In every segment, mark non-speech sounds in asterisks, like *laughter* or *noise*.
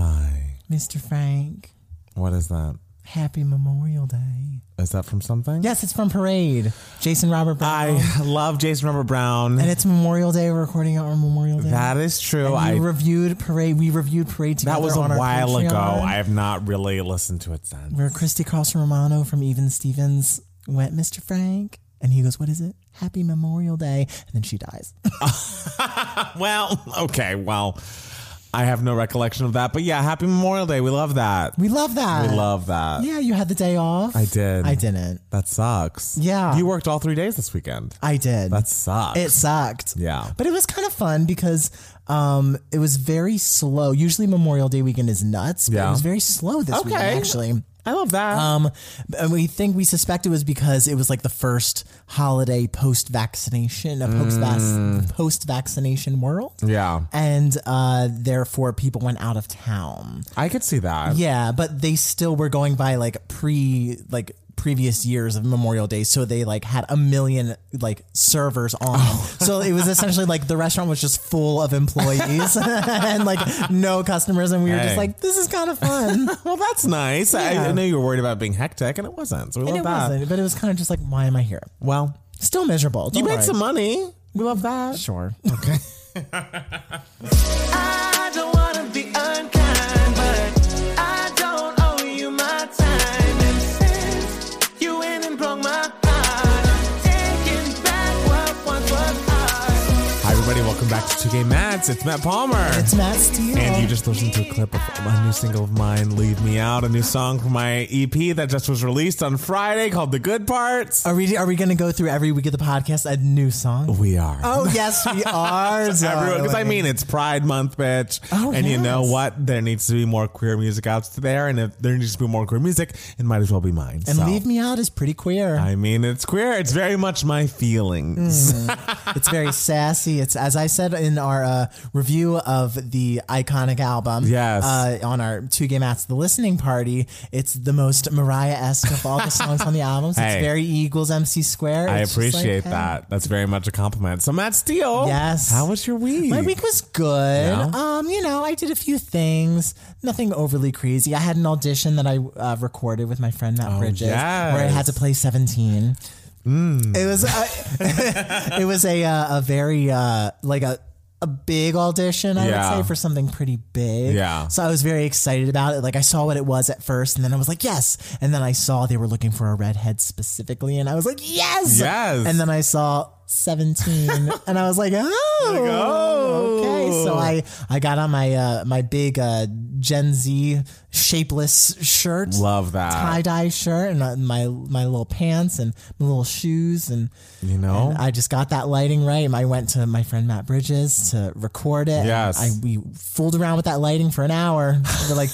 Hi. Mr. Frank. What is that? Happy Memorial Day. Is that from something? Yes, it's from Parade. Jason Robert Brown. I *laughs* love Jason Robert Brown. and it's Memorial Day. We're recording it on Memorial Day. that is true. And I you reviewed Parade. We reviewed Parade together. that was a on our while ago. Patreon, I have not really listened to it since. where Christy Cross Romano from Even Stevens went, Mr. Frank. And he goes, What is it? Happy Memorial Day. And then she dies. Well, okay. Well, I have no recollection of that. But yeah, Happy Memorial Day. We love that. We love that. We love that. Yeah, you had the day off. I did. I didn't. That sucks. Yeah. You worked all three days this weekend. I did. That sucks. It sucked. Yeah. But it was kind of fun because um, it was very slow. Usually Memorial Day weekend is nuts, but Yeah. it was very slow this weekend, Okay. actually. I love that. Um, and we think we suspect it was because it was like the first holiday post vaccination, a post Mm. post vaccination world. yeah. And uh, therefore, people went out of town. I could see that. Yeah, but they still were going by like pre like previous years of Memorial Day, so they like had a million like servers on. Oh. So it was essentially like the restaurant was just full of *laughs* employees and like no customers, and we were Hey. just like, this is *laughs* kind of fun. Well, that's nice. I, I Yeah. know you were worried about being hectic, and it wasn't. So we and love it that. wasn't, but it was kind of just like, why am I here? Well, Still miserable. you don't made worry. some money. We love that. *laughs* Sure. *laughs* I don't wanna be unkind, but I don't owe you my time. And since you went and broke my heart, I'm taking back what once was ours. Hi, everybody. Welcome back to Two Gay Mads. It's Matt Palmer. It's Matt Steele. and you just listened to a clip of my new single of mine, Leave Me Out, a new song from my EP that just was released on Friday called The Good Parts. are we are we going to go through every week of the podcast a *laughs* new song? We are. Oh yes, *laughs* we are. Everyone, because I darling. mean, it's Pride Month, bitch. Oh, and you know yes. what? There needs to be more queer music out there. And if there needs to be more queer music, it might as well be mine. and So, leave me out is pretty queer. I mean, it's queer. It's very much my feelings. Mm. It's very sassy. It's as I said in our uh, review of the iconic album. Yes. Uh, on our two game at the listening party, it's the most Mariah esque of all the songs on the album. So Hey. it's very E equals MC square. I It's just like, appreciate hey. that. That's very much a compliment. So, Matt Steele. Yes. How was your week? My week was good. Yeah? Um, you know, I did a few things, nothing overly crazy. I had an audition that I uh, recorded with my friend Oh, Matt Bridges, where I had to play seventeen. Hmm. It *laughs* was a, *laughs* it was a uh, a very uh, like a a big audition, I Yeah. would say, for something pretty big. Yeah. So I was very excited about it. Like I saw what it was at first, and then I was like, yes. And then I saw they were looking for a redhead specifically, and I was like, yes, Yes. And then I saw. 17 *laughs* and I was like, oh, oh. okay. So I I got on my uh my big uh Gen Z shapeless shirt Love that. tie dye shirt and uh, my my little pants and my little shoes and You know? and uh, I just got that lighting right. And I went to my friend Matt Bridges to record it. Yes. and I we fooled around with that lighting for an hour. We're *laughs* like,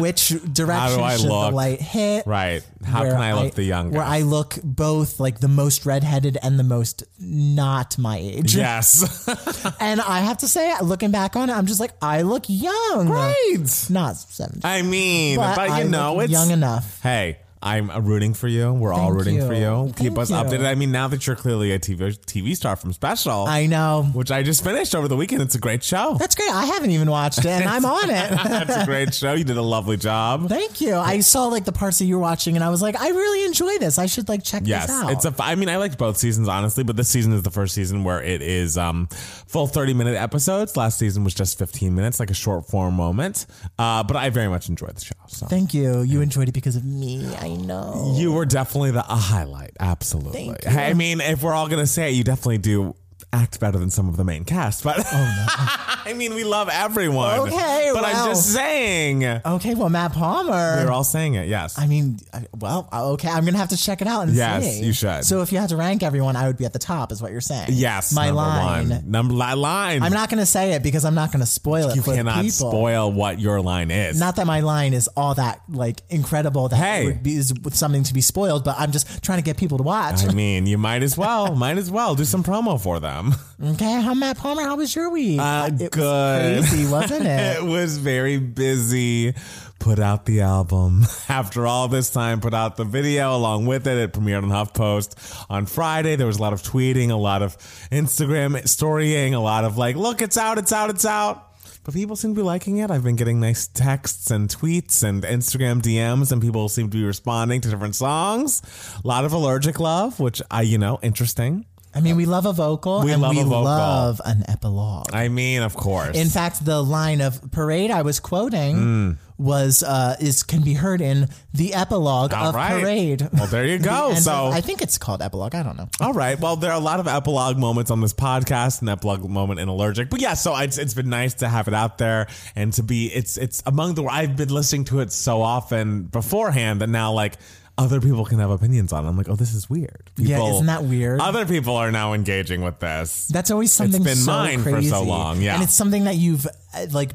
which direction I should look? the light hit? right. How Where can I look the youngest? Where I look both like the most redheaded and the most not my *laughs* age. yes. *laughs* *laughs* And I have to say, looking back on it, I'm just like, I look young. right. Not 17. I mean, but, I you know, look it's young enough. Hey, I'm uh, rooting for you. We're all Thank rooting for you. you. Keep Thank us you. updated. I mean, now that you're clearly a TV TV star from Special, I know. which I just finished over the weekend, it's a great show. *laughs* That's great. I haven't even watched it, and I'm on it. That's a great show. You did a lovely job. Thank you. I saw like the parts that you were watching, and I was like, I really enjoy this. I should like check Yes, this out. it's a. I mean, I liked both seasons honestly, but this season is the first season where it is um full thirty minute episodes. Last season was just fifteen minutes, like a short form moment. Uh, but I very much enjoyed the show. So Thank you. You enjoyed it because of me. I know. You were definitely the a highlight. Absolutely. Thank you. I mean, if we're all gonna say it, you definitely do act better than some of the main cast, but *laughs* I mean, we love everyone. Oh, Okay, but I'm well. just saying. Okay. Well, Matt we Palmer. are all saying it. Yes. I mean, I- well, okay. I'm gonna have to check it out and Yes, see. you should. So if you had to rank everyone, I would be at the top, is what you're saying. yes. My number line. One. Number li- line. I'm not gonna say it because I'm not gonna spoil it. You for the cannot people. spoil what your line is. Not that my line is all that like incredible that Hey. it would be, is something to be spoiled, but I'm just trying to get people to watch. I mean, you might as well. might as well do some promo for them. Okay, how Matt Palmer? How was your week? *laughs* Uh, it good. was crazy, it *laughs* wasn't it? was very busy. Put out the album. *laughs* After all this time, put out the video along with it. It premiered on HuffPost on Friday. There was a lot of tweeting, a lot of Instagram storying, a lot of like, look, it's out, it's out, it's out. But But people seem to be liking it. I've been getting nice texts and tweets and Instagram DMs, and people seem to be responding to different songs. A lot of allergic love, which I, you know, interesting. I mean, we love a vocal We and love we a vocal. love an epilogue. I mean, of course. In fact, the line of parade I was quoting Hmm. was uh, is can be heard in the epilogue All of right. parade. Well, there you *laughs* The go. end of- So- I think it's called epilogue. I don't know. All right. Well, there are a lot of epilogue moments on this podcast, an epilogue moment in Allergic. But yeah, so it's, it's been nice to have it out there and to be it's it's among the I've been listening to it so often beforehand that now like other people can have opinions on. it. I'm like, oh, this is weird. Yeah, People- isn't that weird? Other people are now engaging with this. That's always something been so mine for so crazy. long, yeah. and it's something that you've uh, like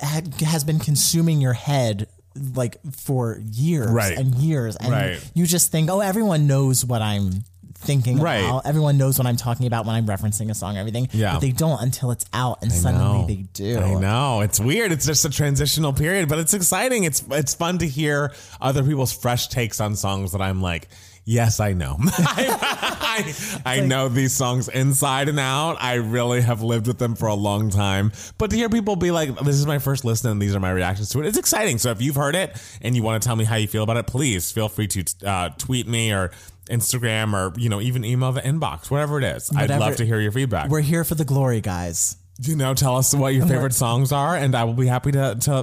had, has been consuming your head like for years Right. and years, and Right. you just think, oh, everyone knows what I'm thinking Right. about. Everyone knows what I'm talking about when I'm referencing a song, and everything. Yeah. but they don't until it's out, and suddenly know. they do. I know it's weird. It's just a transitional period, but it's exciting. It's it's fun to hear other people's fresh takes on songs that I'm like, yes, I know. *laughs* I, I know these songs inside and out. I really have lived with them for a long time. But to hear people be like, this is my first listen and these are my reactions to it, it's exciting. So if you've heard it and you want to tell me how you feel about it, please feel free to uh, tweet me or Instagram or you know even email the inbox, whatever it is. I'd Whatever- love to hear your feedback We're here for the glory, guys. you know, tell us what Uh-huh. your favorite songs are, and I will be happy to, to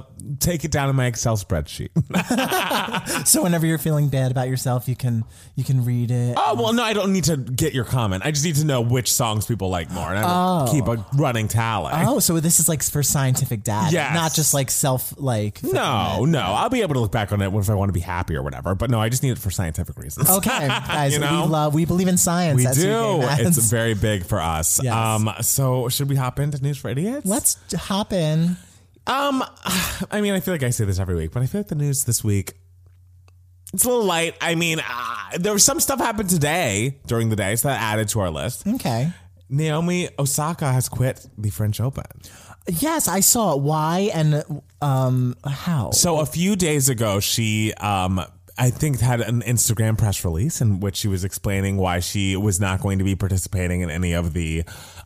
take it down in my Excel spreadsheet. *laughs* So whenever you're feeling bad about yourself, you can you can read it. oh, well, no, I don't need to get your comment. I just need to know which songs people like more, and I will keep a running tally. Oh, so this is like for scientific data, Yes. not just like self like. *laughs* No, no, I'll be able to look back on it if I want to be happy or whatever. But no, I just need it for scientific reasons. *laughs* Okay, *laughs* guys, You know? we love, we believe in science. We That's who do. gave us. It's *laughs* very big for us. Yes. Um, so should we hop into news for idiots? Let's hop in. Um, *sighs* I mean, I feel like I say this every week, but I feel like the news this week it's a little light. I mean, uh, there was some stuff happened today during the day, so that added to our list. Okay. Naomi Osaka has quit the French Open. Yes, I saw it. Why and um how? So a few days ago, she um. I think had an Instagram press release in which she was explaining why she was not going to be participating in any of the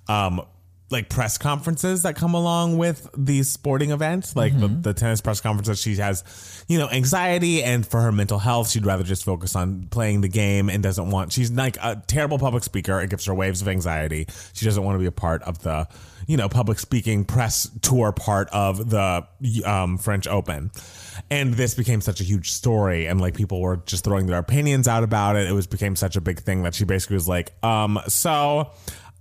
um like press conferences that come along with these sporting events, like the, the tennis press conference that she has, you know, anxiety and for her mental health, she'd rather just focus on playing the game and doesn't want she's like a terrible public speaker. It gives her waves of anxiety. She doesn't want to be a part of the, you know, public speaking press tour part of the um, French Open. And this became such a huge story, and like people were just throwing their opinions out about it. It was became such a big thing that she basically was like, um, so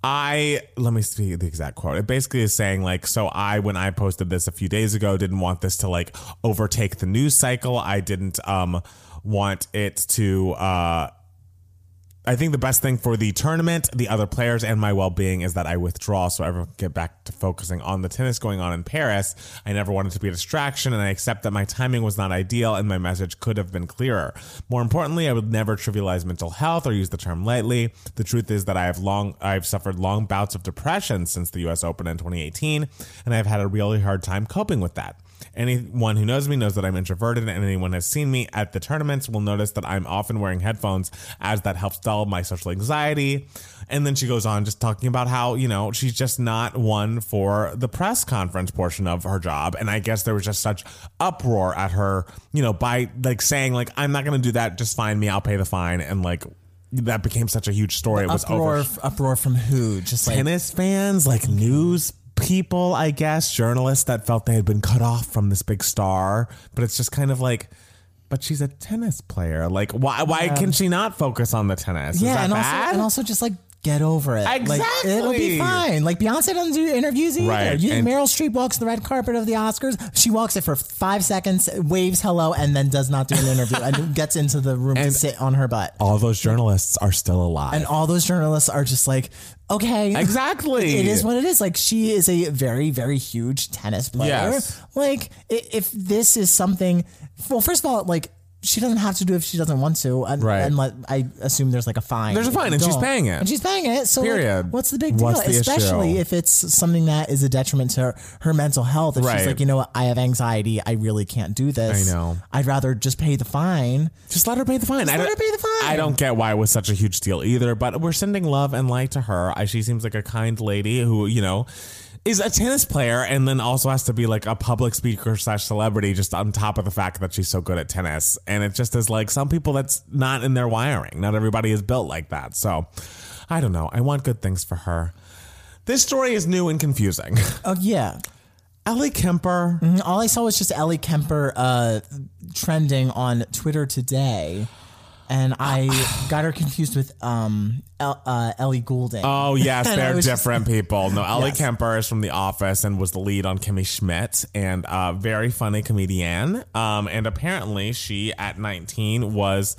I let me see the exact quote. It basically is saying like, so I when I posted this a few days ago, didn't want this to like overtake the news cycle. I didn't um want it to uh I think the best thing for the tournament, the other players, and my well being is that I withdraw so everyone can get back to focusing on the tennis going on in Paris. I never wanted to be a distraction, and I accept that my timing was not ideal and my message could have been clearer. More importantly, I would never trivialize mental health or use the term lightly. The truth is that I have long I've suffered long bouts of depression since the US Open in 2018, and I've had a really hard time coping with that. Anyone who knows me knows that I'm introverted, and anyone has seen me at the tournaments will notice that I'm often wearing headphones, as that helps dull my social anxiety. And then she goes on just talking about how, you know, she's just not one for the press conference portion of her job. And I guess there was just such uproar at her, you know, by like saying, like, I'm not going to do that. Just find me. I'll pay the fine. And like, that became such a huge story. it was uproar, over uproar from who? Just like tennis fans, like news people, I guess, journalists that felt they had been cut off from this big star. But it's just kind of like, but she's a tennis player. Like, why? Why can she not focus on the tennis? Is yeah, that and bad? also and also just like get over it. Like, Exactly. it'll be fine. Like Beyonce doesn't do interviews either. Right, You think and- Meryl Streep walks the red carpet of the Oscars? She walks it for five seconds, waves hello, and then does not do an interview and *laughs* gets into the room to And- sit on her butt. all those journalists are still alive. And all those journalists are just like, okay. exactly. It is what it is. Like she is a very, very huge tennis player. Yes. Like i- if this is something, well, first of all, like she doesn't have to do it if she doesn't want to, and, Right. and let, I assume there's like a fine. There's a if you fine, and she's don't. paying it. And she's paying it. So like, Period. what's the big deal? What's the issue? Especially if it's something that is a detriment to her, her mental health. If Right. she's like, you know what, I have anxiety. I really can't do this. I know. I'd rather just pay the fine. Just let her pay the fine. I let don't- her pay the fine. I don't get why it was such a huge deal either, but we're sending love and light to her. I- She seems like a kind lady who, you know, is a tennis player and then also has to be like a public speaker slash celebrity just on top of the fact that she's so good at tennis. And it just is like some people that's not in their wiring. Not everybody is built like that. So I don't know. I want good things for her. This story is new and confusing. *laughs* Oh yeah. Ellie Kemper. And All I saw was just Ellie Kemper uh, trending on Twitter today, and *sighs* I got her confused with um, El- uh, Ellie Goulding. Oh yes, *laughs* And I they're was just- different people. No, Ellie Yes. Kemper is from The Office and was the lead on Kimmy Schmidt and a very funny comedian. Um, and apparently she at 19 was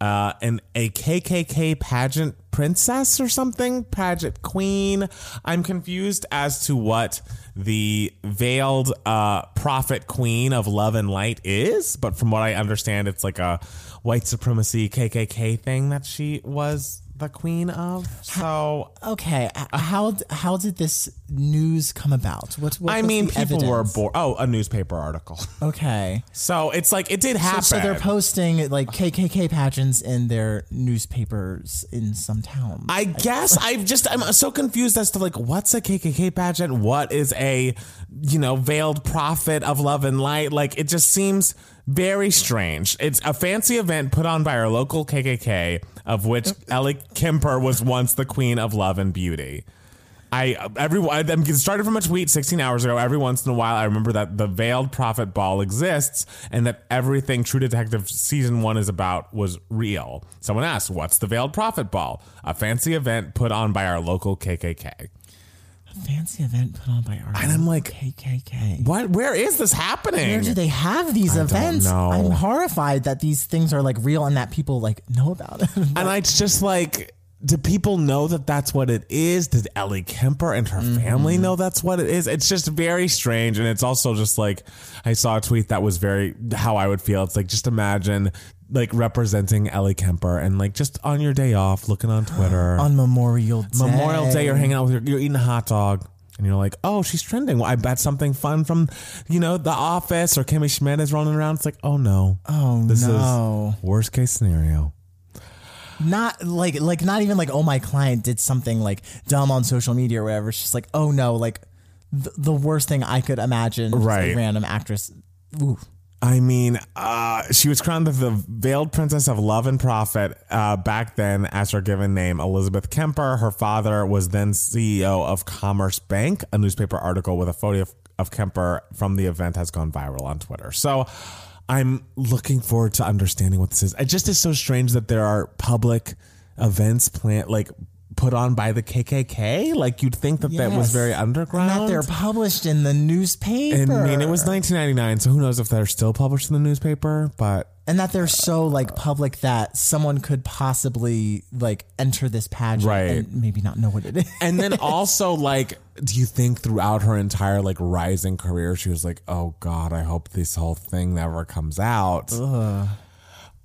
uh, an a KKK pageant princess or something, pageant queen. I'm confused as to what the veiled uh, prophet queen of love and light is, but from what I understand, it's like a white supremacy KKK thing that she was the queen of. So Okay, h- how d- how did this news come about? What, what I was mean, the people were evidence? bored. Oh, a newspaper article. *laughs* Okay, So it's like it did happen. so they're posting like KKK pageants in their newspapers in some towns. I *laughs* guess I've just I'm so confused as to like what's a KKK pageant, what is a you know veiled prophet of love and light. Like it just seems very strange. It's a fancy event put on by our local KKK, of which Ellie Kemper was once the queen of love and beauty. I every I'm it started from a tweet 16 hours ago. Every once in a while, I remember that the veiled prophet ball exists and that everything True Detective season one is about was real. Someone asked, "What's the veiled prophet ball?" A fancy event put on by our local KKK. Fancy event put on by our and I'm like, KKK. What? Where is this happening? Where do they have these events? know. I'm horrified that these things are like real and that people like know about it. And I it's just like, do people know that that's what it is? Did Ellie Kemper and her Mm-hmm. family know that's what it is? It's just very strange. And it's also just like, I saw a tweet that was very how I would feel. It's like, just imagine like representing Ellie Kemper and like just on your day off looking on Twitter. *gasps* on Memorial Day. Memorial Day, you're hanging out with your, you're eating a hot dog. And you're like, oh, she's trending. Well, I bet something fun from, you know, The Office or Kimmy Schmidt is rolling around. It's like, oh no. Oh This no! is worst case scenario. Not like like not even like oh my client did something like dumb on social media or whatever. It's just like oh no, like th- the worst thing I could imagine. Just a Right. random actress. Ooh. I mean, uh, she was crowned the veiled princess of love and profit uh, back then as her given name, Elizabeth Kemper. Her father was then CEO of Commerce Bank. A newspaper article with a photo of, of Kemper from the event has gone viral on Twitter. So I'm looking forward to understanding what this is. It just is so strange that there are public events plant like put on by the KKK. Like you'd think that that was Yes. very And underground. that they're published in the newspaper. And, I mean, it was 1999, so who knows if they're still published in the newspaper, but and that they're so like public that someone could possibly like enter this pageant Right. and maybe not know what it is. and then also like do you think throughout her entire like rising career she was like oh god i hope this whole thing never comes out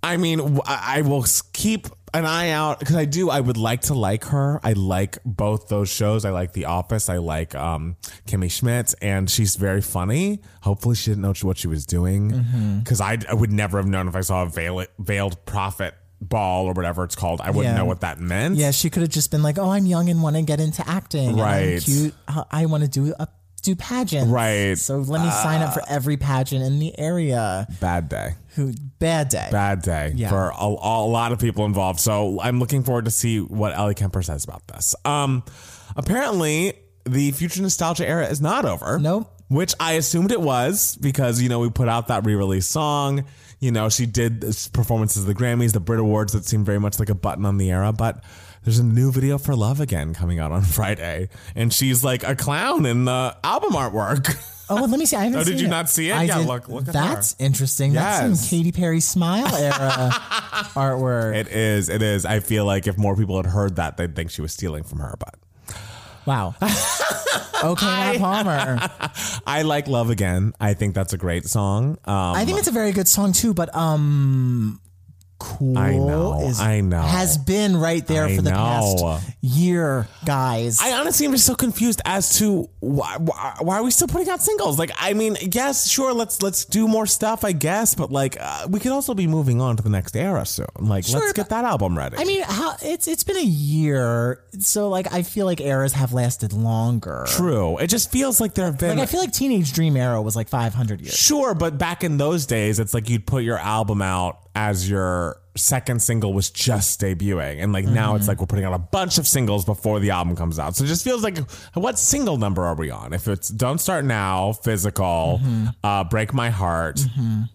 i mean w- i I will s- keep an eye out because i do i would like to like her i like both those shows i like the office i like um, kimmy schmidt and she's very funny hopefully she didn't know what she was doing Mm-hmm. because I, would never have known if i saw a veil, veiled prophet ball or whatever it's called i wouldn't Yeah. know what that meant Yeah, she could have just been like, "Oh, I'm young and want to get into acting. and I'm Right. cute. I- I want to do a do pageants. Right. Ah. So let me sign up for every pageant in the area. bad day Who bad day? bad day for a, a lot of people involved. So I'm looking forward to see what Ellie Kemper says about this. Um, apparently, the future nostalgia era is not over. Nope. Which I assumed it was because you know we put out that re-release song. You know she did this performances at the Grammys, the Brit Awards that seemed very much like a button on the era, but. There's a new video for Love Again coming out on *laughs* Friday, and she's like a clown in the album artwork. Oh, well, let me see. I haven't. Oh, did seen you not see it? I Yeah, did- look- look at That's interesting. That's Yes. some Katy Perry smile era *laughs* artwork. It is, it is. I feel like if more people had heard that, they'd think she was stealing from her, but *laughs* Wow. okay, Matt Palmer. I like Love Again. I think that's a great song. Um, I think it's a very good song too, but um, cool I know, is I know. has been right there I for the know. past year, guys. I honestly am just so confused as to why, why why are we still putting out singles? Like, I mean, yes, sure, let's let's do more stuff, I guess, but like uh, we could also be moving on to the next era soon. Like, let's Sure, get that album ready. I mean, how it's it's been a year, so like I feel like eras have lasted longer. true. It just feels like there have been. Like I feel like Teenage Dream era was like 500 years. Sure, but back in those days, it's like you'd put your album out as your second single was just debuting. And like now it's like we're putting out a bunch of singles before the album comes out. So it just feels like what single number are we on? If it's Don't Start Now, Physical, uh, Break My Heart,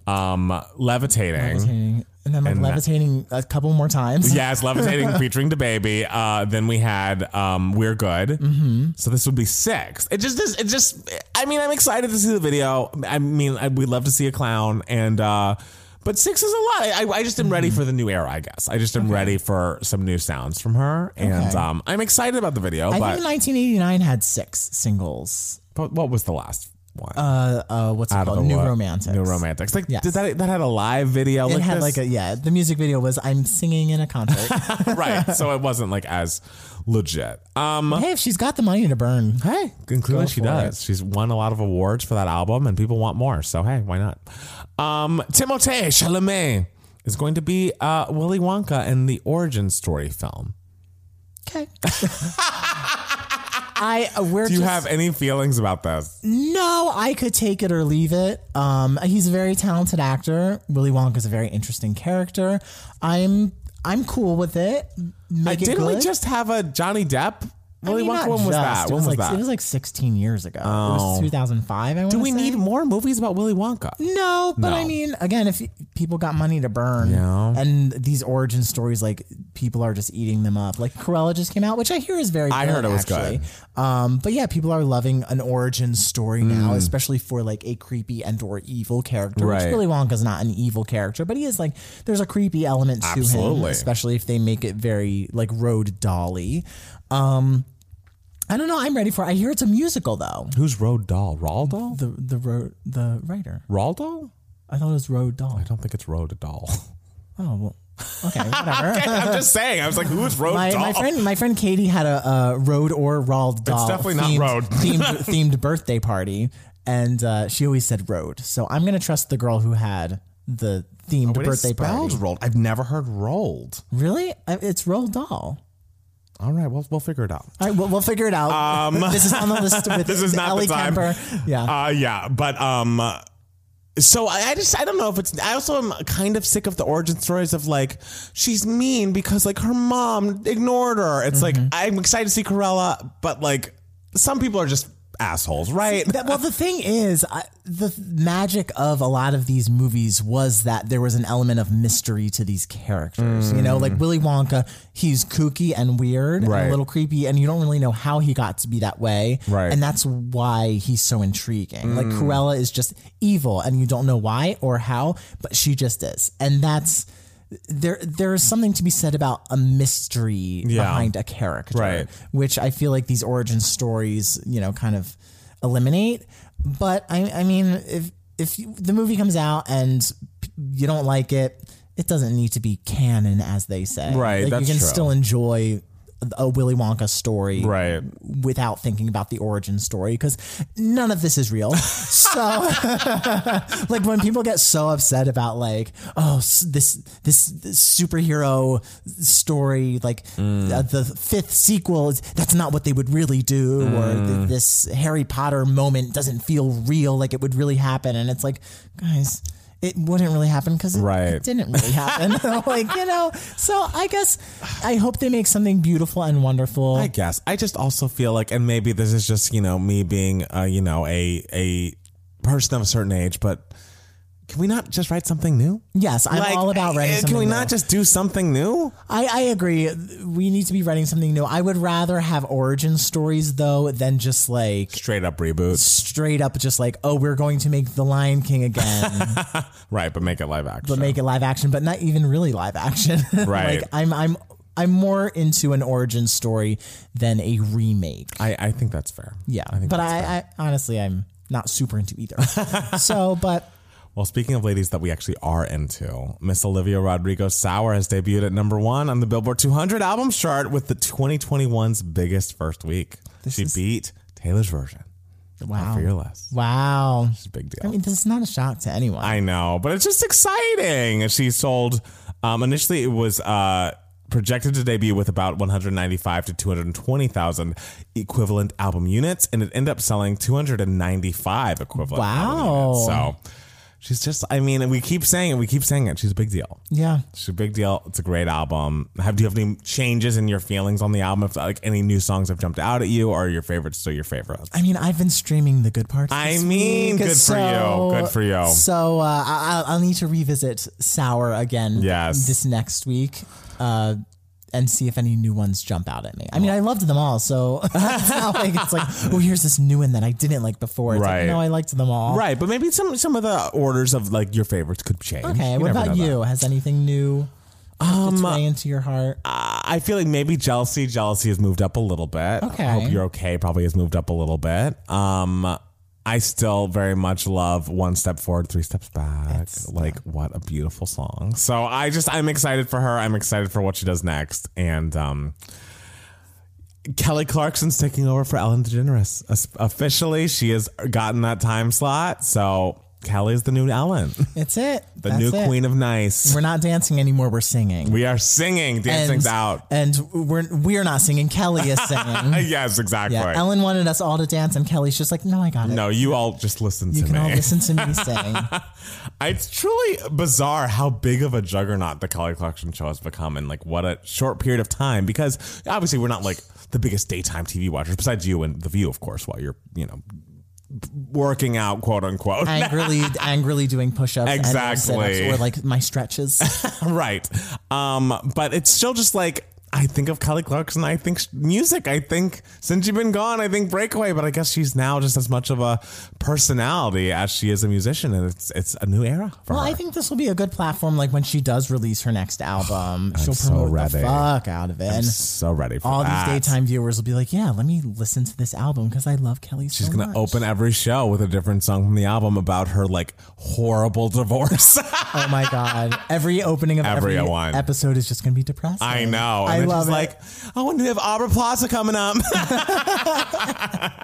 um, Levitating. And then like levitating a couple more times. Yes, *laughs* levitating featuring the baby. Uh, then we had um, we're good. Mm-hmm. So this would be six. It just, this, it just. I mean, I'm excited to see the video. I mean, I, we'd love to see a clown, and uh, but six is a lot. I, I- I just am Mm-hmm. ready for the new era. I guess I just am ready for some new sounds from her, and Okay. um, I'm excited about the video. I But, think 1989 had six singles. but what was the last one? Uh, uh what's it Out of called? the New what? Romantics. New romantics. Like Yes. did that that had a live video? It like had this? like a yeah. The music video was I'm singing in a concert. *laughs* right. So it wasn't like as legit. Um. hey, if she's got the money *laughs* to burn, Hey, and clearly Go she for does. She's won a lot of awards for that album, and people want more. So hey, why not? Um, Timothée Chalamet is going to be uh, Willy Wonka in the origin story film. okay. *laughs* I uh, we're Do you just- have any feelings about this? No, I could take it or leave it. Um, he's a very talented actor. Willy Wonka's a very interesting character. I'm I'm cool with it. Make I it Didn't we good. just have a Johnny Depp I Willy mean, Wonka? not When was just. that? It When was was, like, that? It was like 16 years ago. It was 2005. I want Do we need more movies about Willy Wonka? No, but No. I mean, again, if people got money to burn, Yeah. and these origin stories, like people are just eating them up. Like Cruella just came out, which I hear is very. I good, heard it was actually. Um, but yeah, people are loving an origin story now, especially for like a creepy and or evil character. Mm. Right. Which Willy Wonka's not an evil character, but he is like there's a creepy element to him, Absolutely. especially if they make it very like Road Dolly. Um, I don't know. I'm ready for. it. I hear it's a musical though. Who's Road Dahl? Roald Dahl? The the road the writer. Roald Dahl? I thought it was Road Doll. I don't think it's Road Dahl. *laughs* Oh well, *laughs* okay, whatever. I'm just saying. I was like, who's Road my, Dahl? my friend, my friend Katie had a uh, Road or Roald Dahl. definitely not themed, Road. *laughs* themed, themed birthday party, and uh, she always said Road. So I'm gonna trust the girl who had the themed What Oh, is birthday spelled party. Roald? I've never heard Rolled. Really, I- it's Roald Dahl. All right, well, we'll figure it out. All right, we'll, we'll figure it out. *laughs* this is on the *laughs* list with Um, this is not Ellie the time. Kemper. Yeah, Uh, yeah, but um, so I, I just I don't know if it's. I also am kind of sick of the origin stories of like she's mean because like her mom ignored her. It's Mm-hmm. like I'm excited to see Corella, but like some people are just assholes, right? That- well, the thing is, I, the th- magic of a lot of these movies was that there was an element of mystery to these characters. You know, like Willy Wonka, he's kooky and weird and Mm. Right. a little creepy, and you don't really know how he got to be that way. Right. Mm. And that's why he's so intriguing. Like Cruella is just evil, and you don't know why or how, but she just is. And that's. There, there is something to be said about a mystery Yeah. behind a character, Right. which I feel like these origin stories, you know, kind of eliminate. But I, I mean, if if you, the movie comes out and p- you don't like it, it doesn't need to be canon, as they say. Right, Like, that's you can true. still enjoy a Willy Wonka story, Right. without thinking about the origin story because none of this *laughs* is real. So, like when people get so upset about like, oh, s- this this, this superhero story, like Mm. uh, the fifth sequel, is that's not what they would really do, or Mm. th- this Harry Potter moment doesn't feel real, like it would really happen, and it's like, guys. It wouldn't really happen because it, Right. it didn't really happen. *laughs* *laughs* like, you know, so I guess I hope they make something beautiful and wonderful. I guess I just also feel like, and maybe this is just you know me being uh, you know a a person of a certain age, but can we not just write something new? Yes, I'm all about writing. eh, something Can we new. not just do something new? I, I agree. We need to be writing something new. I would rather have origin stories though than just like Straight up reboot, straight up just like oh we're going to make the Lion King *laughs* again, right? But make it live action. but make it live action, but not even really live action. *laughs* Right. like I'm I'm I'm more into an origin story than a remake. I, I think that's fair. Yeah, I think but that's fair. *laughs* I, I honestly I'm not super into either. so, but Well, speaking of ladies that we actually are into, Miss Olivia Rodrigo Sauer has debuted at number one on the Billboard 200 album chart with the 2021's biggest first week. she is- beat Taylor's version. Wow. For your less. Wow. It's a big deal. I mean, this is not a shock to anyone. I know, but it's just exciting. She sold um, initially it was uh, projected to debut with about 195 to 220,000 equivalent album units, and it ended up selling 295 equivalent. Wow. album units. So she's just. I mean, and we keep saying it. We keep saying it. She's a big deal. yeah. She's a big deal. It's a great album. Have do you have any changes in your feelings on the album? If like any new songs have jumped out at you, or are your favorites still your favorites? I mean, I've been streaming the good parts. I this mean, week, good for so- you. Good for you. So uh, I- I'll, I'll need to revisit Sour again. Yes. This next week, uh, and see if any new ones jump out at me. I mean, I loved them all, so *laughs* it's not like it's like, oh, here's this new one that I didn't like before. It's Right. like, no, I liked them all. Right, but maybe some some of the orders of like your favorites could change. Okay. You what never know about that. you? Has anything new? Um, its way into your heart. I feel like maybe jealousy, jealousy has moved up a little bit. Okay. I hope you're okay. Probably has moved up a little bit. Um, I still very much love one step forward, three steps back. like what a beautiful song. So I just I'm excited for her. I'm excited for what she does next. And um, Kelly Clarkson's taking over for Ellen DeGeneres As- officially. She has gotten that time slot. So Kelly's the new Ellen, It's it. the new queen of nice. We're not dancing anymore. We're singing. We are singing, dancing's out. *laughs* And we're we're not singing. Kelly is singing. Yes, exactly. yeah. Ellen wanted us all to dance, and Kelly's just like, no, I got it. No, you all just listen you to can all me. listen to me sing. *laughs* It's truly bizarre how big of a juggernaut the Kelly Clarkson show has become in like what a short period of time. Because obviously we're not like the biggest daytime TV watchers, besides you and The View, of course, while you're you know working out, quote unquote. Angrily, angrily doing push-ups, and Exactly. sit-ups or like *laughs* my stretches. *laughs* right. Um, but it's still just like. I think of Kelly Clarkson. I think sh- music. I think since you've been gone, I think Breakaway. But I guess she's now just as much of a personality as she is a musician, and it's it's a new era for well, her. I think this will be a good platform. Like when she does release her next album, she'll so promote the ready. fuck out of it. And so ready for all that. these daytime viewers will be like, "Yeah, let me listen to this album because I love Kelly." She's so gonna much." open every show with a different song from the album about her like horrible *laughs* divorce. Oh my god! Every opening of every Everyone. episode is just going to be depressing. I know. I And then love she's it. like, I want to have Aubrey Plaza coming *laughs* up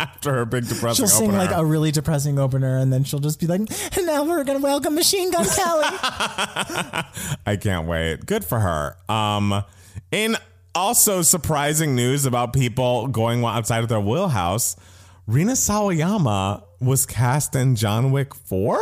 after her big depressing she'll sing opener. like a really depressing opener, and then she'll just be like, "And now we're going to welcome Machine Gun Kelly." I can't wait. Good for her. Um, in also surprising news about people going outside of their wheelhouse, Rina Sawayama was cast in John Wick 4.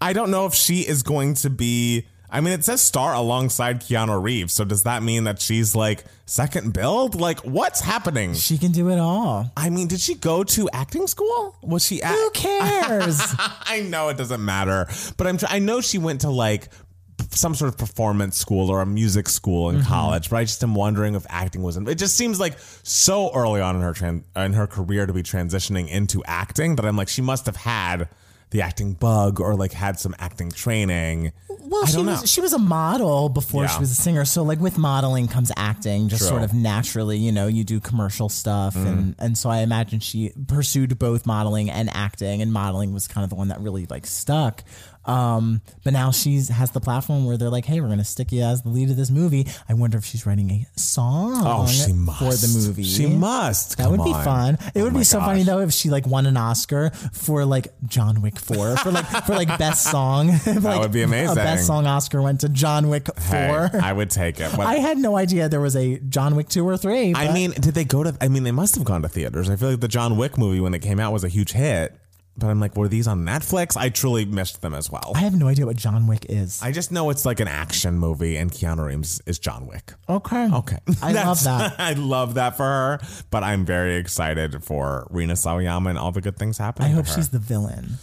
I don't know if she is going to be. I mean, it says star alongside Keanu Reeves. So does that mean that she's like second build? Like, what's happening? she can do it all. I mean, did she go to acting school? Was she at? *laughs* Who cares? I know it doesn't matter, but I'm. tr- I know she went to like p- some sort of performance school or a music school Mm-hmm. in college, but I just am wondering if acting was. in- It just seems like so early on in her tran- in her career to be transitioning into acting that I'm like she must have had the acting bug or like had some acting training. well, I she don't was know. she was a model before Yeah. she was a singer, so like with modeling comes acting, just True. Mm. sort of naturally. You know, you do commercial stuff, and and so I imagine she pursued both modeling and acting, and modeling was kind of the one that really like stuck. Um, but now she's has the platform where they're like, "Hey, we're gonna stick you as the lead of this movie." I wonder if she's writing a song Oh, she must for the movie. She must. That would Come be on. fun. It Oh would my be so funny gosh. though if she like won an Oscar for like John Wick Four for like for like best song. *laughs* that would be amazing. best song Oscar went to John Wick Hey, Four. I would take it. What- *laughs* I had no idea there was a John Wick Two or Three. I but- mean, did they go to? I mean, they must have gone to theaters. I feel like the John Wick movie when it came out was a huge hit, but I'm like, were these on Netflix? I truly missed them as well. I I, have no idea what John Wick is. just know it's like an action movie, and Keanu Reeves is John Wick. okay. Okay, I love That's- that. *laughs* I love that for her, but I'm very excited for Rina Sawayama and all the good things happening. I hope to her. she's the villain,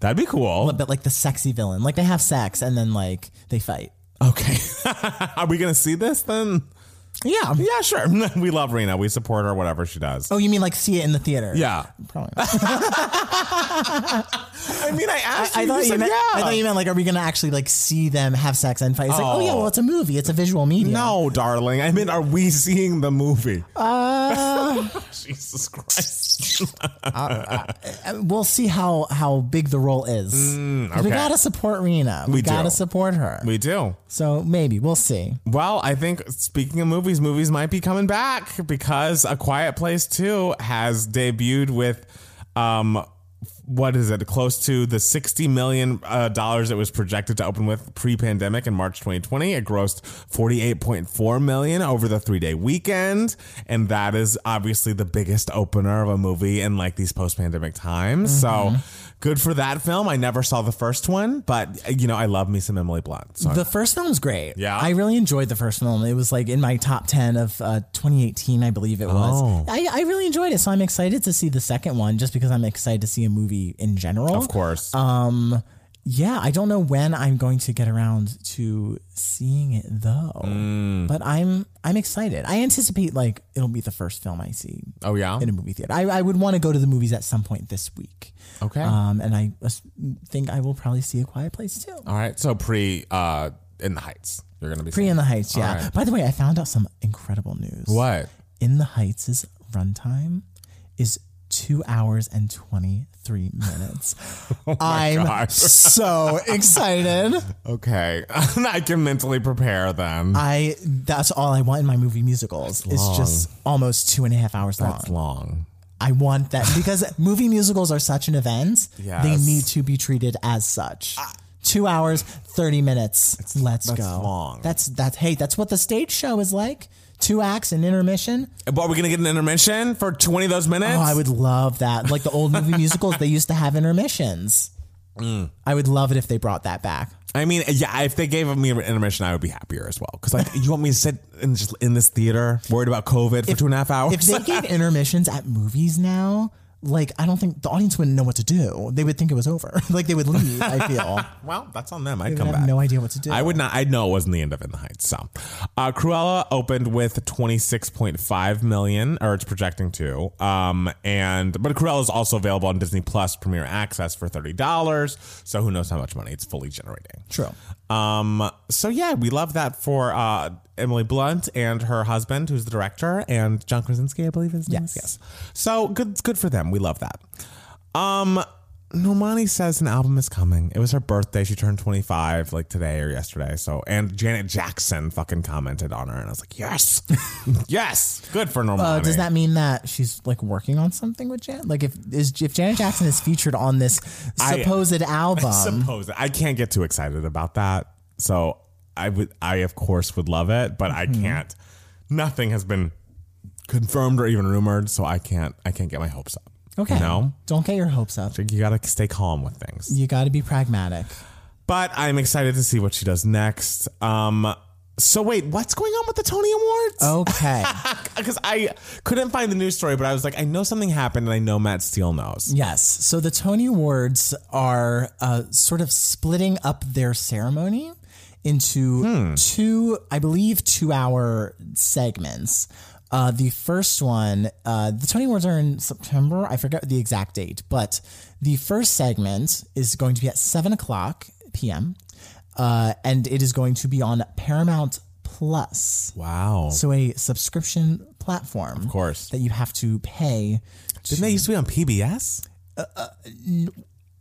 That'd be cool. but, but like the sexy villain. Like they have sex and then like they fight. Okay, *laughs* are we gonna see this then? Yeah. Yeah, sure. *laughs* we love Rina. We support her, whatever she does. *laughs* Oh, you mean like see it in the theater? Yeah. Probably. Not. I mean, I asked I, you. thought you said, meant, yeah. I thought you meant like, are we gonna actually like see them have sex and fight? It's like, oh yeah, Oh. well, it's a movie. It's a visual medium. No, darling. I mean, are we seeing the movie? Uh, *laughs* Jesus Christ. we'll see how how big the role is. We Mm, okay. gotta support Rena. We, We do. gotta support her. we do. so maybe we'll see. Well, I think speaking of movies, movies might be coming back because A Quiet Place 2 has debuted with um what is it? Close to the 60 million uh, dollars it was projected to open with pre-pandemic in March 2020. It grossed 48.4 million over the 3-day weekend, and that is obviously the biggest opener of a movie in like these post-pandemic times. So, good for that film. I never saw the first one, but uh, you know, I love me some Emily Blunt. So The first film's great. Yeah? I really enjoyed the first film. It was like in my top ten of uh, 2018, I believe it was. Oh. I, I really enjoyed it, so I'm excited to see the second one, just because I'm excited to see a movie in general. of course. Yeah, I don't know when I'm going to get around to seeing it though, Mm. but I'm I'm excited. I anticipate like it'll be the first film I see oh yeah. in a movie theater. I, I would want to go to the movies at some point this week. Okay. Um, and I as- think I will probably see A Quiet Place too. All right. So pre uh in the heights. You're gonna be Free seeing- in the Heights, yeah. All right. By the way, I found out some incredible news. What? In the Heights' runtime is two hours and 23 *laughs* minutes. I'm Oh gosh. so *laughs* excited. Okay. I can mentally prepare then. I that's all I want in my movie musicals. It's just almost two and a half hours long. That's long. I *laughs* want that because movie musicals are such an event. They Yes. need to be treated as such. Two hours, thirty minutes. Let's that's go. long. That's that's hey, that's what the stage show is like. Two acts and intermission. But are we gonna get an intermission for twenty of those minutes? Oh, I would love that. Like the *laughs* old movie musicals, they used to have intermissions. Mm. I would love it if they brought that back. I mean, yeah, if they gave me an intermission, I would be happier as well. Because like, you want me to sit in just in this theater, worried about COVID for two and a half hours? If they *laughs* gave intermissions at movies now, like I don't think the audience wouldn't know what to do. They would think it was over. *laughs* like they would leave. *laughs* I feel. well, that's on them. I'd They come would back. have no idea what to do. I would not. I know it wasn't the end of In the Heights. So, uh, Cruella opened with twenty six point five million, or it's projecting to. Um, and but Cruella is also available on Disney Plus Premier Access for thirty dollars. So who knows how much money it's fully generating? True. Um, so yeah, we love that for uh, Emily Blunt and her husband, who's the director, and John Krasinski, I believe his name. Yes, yes. So good, good for them. We love that. Um, Normani says an album is coming. It was her birthday. She turned 25 like today or yesterday. So, and Janet Jackson fucking commented on her, and I was like, yes, *laughs* yes, good for Normani. Uh, does that mean that she's like working on something with Janet? Like if is if Janet Jackson is featured on this I- supposed *laughs* album? suppose I can't get too excited about that. So I would, I of course would love it, but Mm-hmm. I can't. Nothing has been confirmed or even rumored, so I can't. I can't get my hopes up. okay. you know, Don't get your hopes up. you gotta stay calm with things. You got to be pragmatic. But I'm excited to see what she does next. Um. So wait, what's going on with the Tony Awards? Oh. *laughs* Okay. Because I couldn't find the news story, but I was like, I know something happened, and I know Matt Steele knows. yes. So the Tony Awards are uh, sort of splitting up their ceremony into two, I believe, two-hour segments. Uh, the first one, uh, the Tony Awards are in September. I forget the exact date, but the first segment is going to be at seven o'clock p.m. Uh, and it is going to be on Paramount Plus. Wow. So a subscription platform, of course. that you have to pay. To, Didn't they used to be on PBS?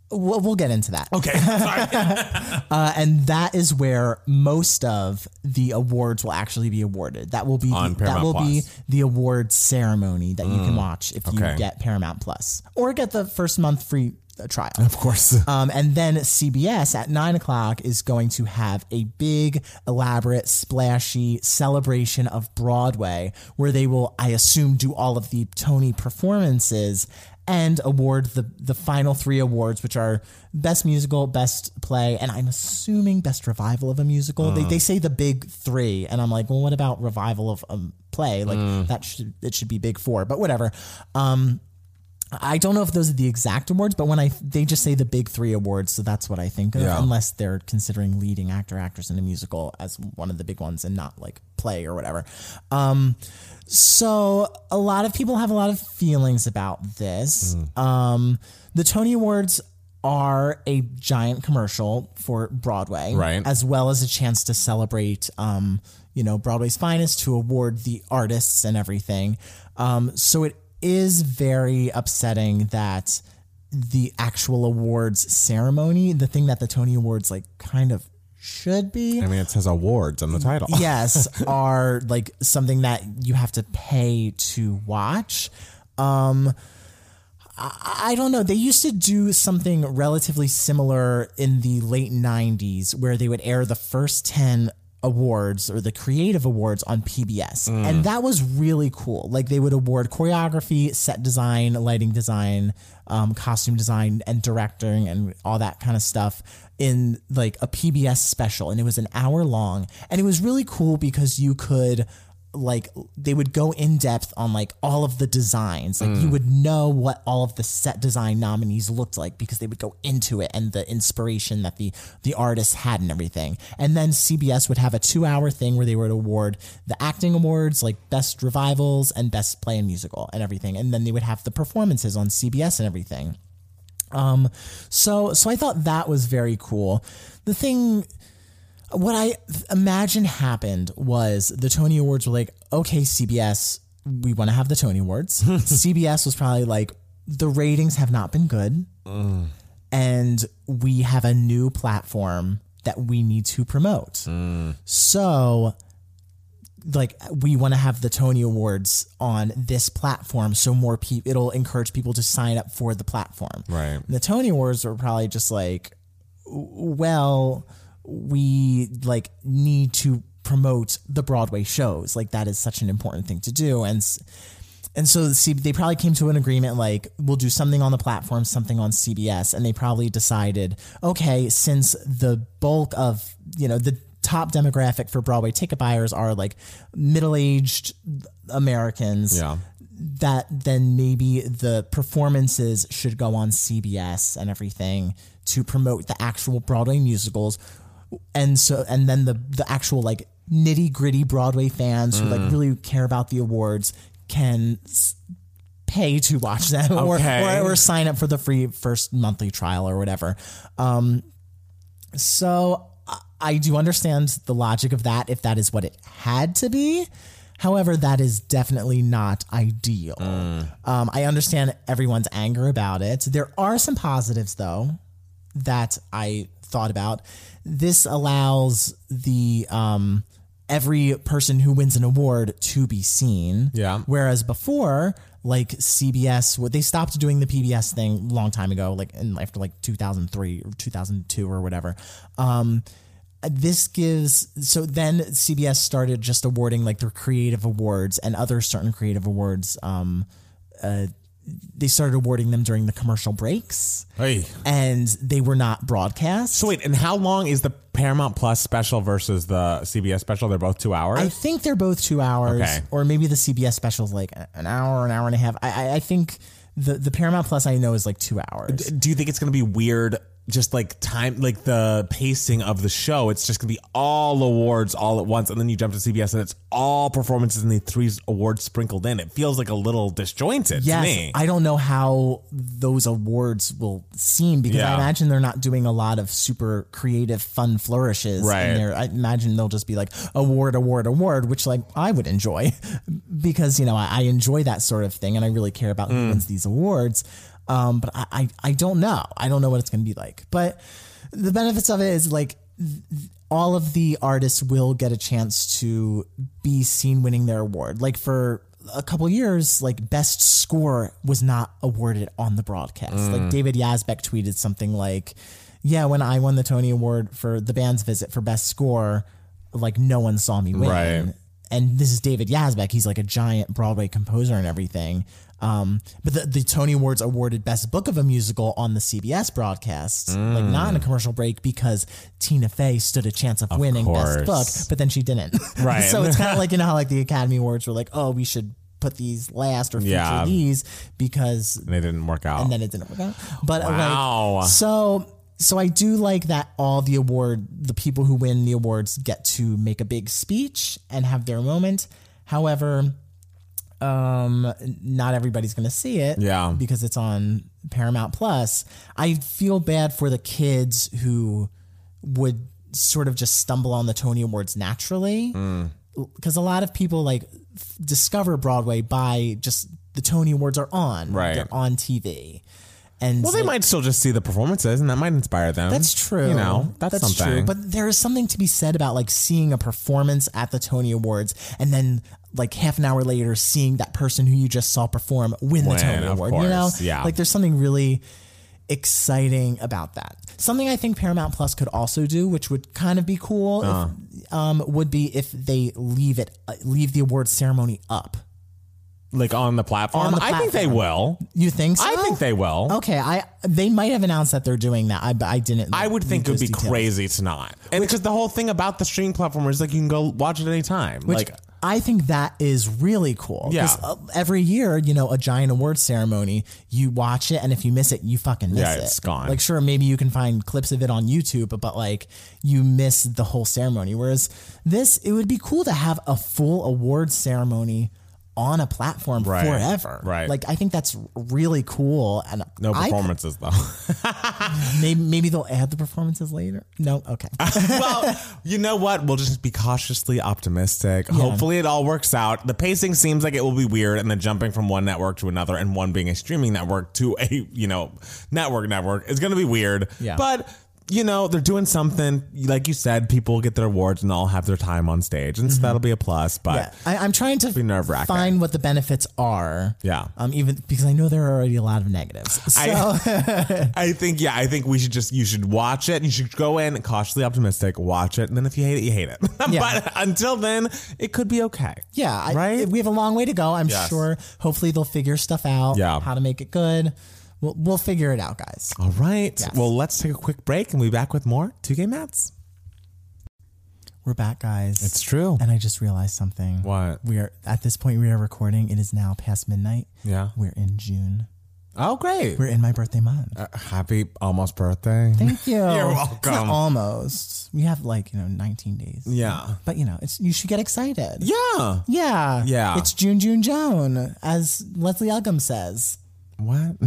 we'll, we'll get into that, *laughs* Okay. Sorry. uh, and that is where most of the awards will actually be awarded. That will be On that Paramount will be Plus. Mm, the award ceremony that you can watch if you okay. get Paramount Plus or get the first month free uh, trial. of course. *laughs* Um, and then CBS at nine o'clock is going to have a big, elaborate, splashy celebration of Broadway, where they will, I assume, do all of the Tony performances and award the the final three awards, which are best musical, best play, and I'm assuming best revival of a musical. They, Uh. they say the big three, and I'm like, well, what about revival of a play? Like Mm. that should it should be big four, but whatever. Um, I don't know if those are the exact awards, but when I they just say the big three awards, so that's what I think of. Yeah. Unless they're considering leading actor actress in a musical as one of the big ones and not like play or whatever. Um, so a Mm. lot of people have a lot of feelings about this. Um, the Tony Awards are a giant commercial for Broadway, Right. As well as a chance to celebrate, um, you know, Broadway's finest, to award the artists and everything. Um, so it is very upsetting that the actual awards ceremony, the thing that the Tony Awards like kind of should *laughs* be, I mean, it says awards on the title. yes, are like something that you have to pay to watch. Um, I, I don't know. They used to do something relatively similar in the late 90s where they would air the first 10 awards or the creative awards on PBS. And that was really cool. Like they would award choreography, set design, lighting design, um, costume design, and directing and all that kind of stuff in like a PBS special. And it was an hour long. And it was really cool because you could like they would go in depth on like all of the designs like you would know what all of the set design nominees looked like because they would go into it and the inspiration that the the artists had and everything and then CBS would have a 2 hour thing where they would award the acting awards like best revivals and best play and musical and everything and then they would have the performances on CBS and everything um so so I thought that was very cool the thing what I th- imagine happened was the Tony Awards were like, okay, CBS, we want to have the Tony Awards. CBS was probably like, the ratings have not been good. And we have a new platform that we need to promote. So, like, we want to have the Tony Awards on this platform so more people, it'll encourage people to sign up for the platform. Right. And the Tony Awards were probably just like, well, we like need to promote the Broadway shows. Like that is such an important thing to do, and s- and so see, they probably came to an agreement like we'll do something on the platform, something on CBS, and they probably decided, okay, since the bulk of you know the top demographic for Broadway ticket buyers are like middle aged *laughs* Americans, Yeah. that then maybe the performances should go on CBS and everything to promote the actual Broadway musicals. And so and then the the actual like nitty gritty Broadway fans who like really care about the awards can s- pay to watch them *laughs* or- Okay. or, or sign up for the free first monthly trial or whatever. Um, so I- I do understand the logic of that if that is what it had to be. However, that is definitely not ideal. Um, I understand everyone's anger about it. There are some positives, though, that I thought about. This allows the um, every person who wins an award to be seen. Yeah. Whereas before, like CBS, what they stopped doing the PBS thing long time ago, like in, after like 2003 or 2002 or whatever. Um, this gives so then CBS started just awarding like their creative awards and other certain creative awards. Um, uh, they started awarding them during the commercial breaks, Hey. and they were not broadcast. So wait, and how long is the Paramount Plus special versus the CBS special? They're both two hours. I think they're both two hours, Okay. or maybe the CBS special is like an hour, an hour and a half. I, I, I think the the Paramount Plus I know is like two hours. Do you think it's going to be weird? Just like time, like the pacing of the show, it's just gonna be all awards all at once, and then you jump to CBS and it's all performances and the three awards sprinkled in. It feels like a little disjointed Yes, to me. I don't know how those awards will seem because I Yeah. imagine they're not doing a lot of super creative, fun flourishes. in Right. there. I imagine they'll just be like award, award, award, which like I would enjoy *laughs* because you know I, I enjoy that sort of thing and I really care about Mm. who wins these awards. Um, but I, I, I don't know. I don't know what it's going to be like. But the benefits of it is like all of the artists will get a chance to be seen winning their award. Like for a couple years, like best score was not awarded on the broadcast. Like David Yazbek tweeted something like, "Yeah, when I won the Tony Award for the band's visit for best score, like no one saw me win." Right. And this is David Yazbek. He's like a giant Broadway composer and everything. Um, but the, the Tony Awards awarded Best Book of a Musical on the CBS broadcast, like not Mm. in a commercial break, because Tina Fey stood a chance of, winning Best Book, course. but then she didn't. *laughs* Right. so it's kind *laughs* of like you know how like the Academy Awards were like, oh, we should put these last or feature Yeah. these because and it didn't work out. and then it didn't work out. But uh, Wow. like, so so I do like that all the award the people who win the awards get to make a big speech and have their moment. However, um, not everybody's gonna see it. Yeah. Because it's on Paramount Plus, I feel bad for the kids who would sort of just stumble on the Tony Awards naturally. Mm. Because a lot of people like f- discover Broadway by just the Tony Awards are on. Right. They're on TV. And Well, they like, might still just see the performances, and that might inspire them. that's true. You know, that's, something. But there is something to be said about like seeing a performance at the Tony Awards and then like half an hour later seeing that person who you just saw perform win, Win, the Tony of Award. You know, course, yeah. like there's something really exciting about that. Something I think Paramount Plus could also do, which would kind of be cool, Uh. if, um, would be if they leave it uh, leave the awards ceremony up. like on the platform, On the I think they platform. will. You think so? I think they will. Okay, I they might have announced that they're doing that. I, I didn't. I would read think it would those be details. crazy to not. And because the whole thing about the streaming platform is like you can go watch it anytime. Which like I think that is really cool. 'Cause, Yeah. uh, every year, you know, a giant award ceremony, you watch it, and if you miss it, you fucking miss Yeah, it. it's gone. Like, sure, maybe you can find clips of it on YouTube, but, but like you miss the whole ceremony. Whereas this, it would be cool to have a full award ceremony on a platform Right. forever. Right. Like, I think that's really cool. And no I- performances though. maybe, maybe they'll add the performances later. No, okay. *laughs* well, you know what? We'll just be cautiously optimistic. Hopefully it all works out. The pacing seems like it will be weird and the jumping from one network to another and one being a streaming network to a, you know, network network is going to be weird. Yeah. But you know, they're doing something. Like you said, people get their awards and all have their time on stage. And so that'll be a plus. But Yeah, I, I'm trying to nerve-wracking. find what the benefits are. Yeah. Um, even because I know there are already a lot of negatives. *laughs* So I, I think yeah, I think we should just you should watch it. You should go in cautiously optimistic, watch it, and then if you hate it, you hate it. *laughs* Yeah. but until then, it could be okay. yeah, I, right? we have a long way to go. I'm Yes. sure. Hopefully, they'll figure stuff out. Yeah. How to make it good. We'll, we'll figure it out, guys. All right. Well, let's take a quick break and we'll be back with more two game mats. We're back, guys. true. and I just realized something. What? We are at this point. We are recording. It is now past midnight. Yeah. We're in June. Oh, great. We're in my birthday month. Uh, happy almost birthday. *laughs* Thank you. You're It's not welcome. almost. We have like you know 19 days. yeah. But you know, it's you should get excited. Yeah. Yeah. Yeah. It's June June Joan, as Leslie Uggam says. What?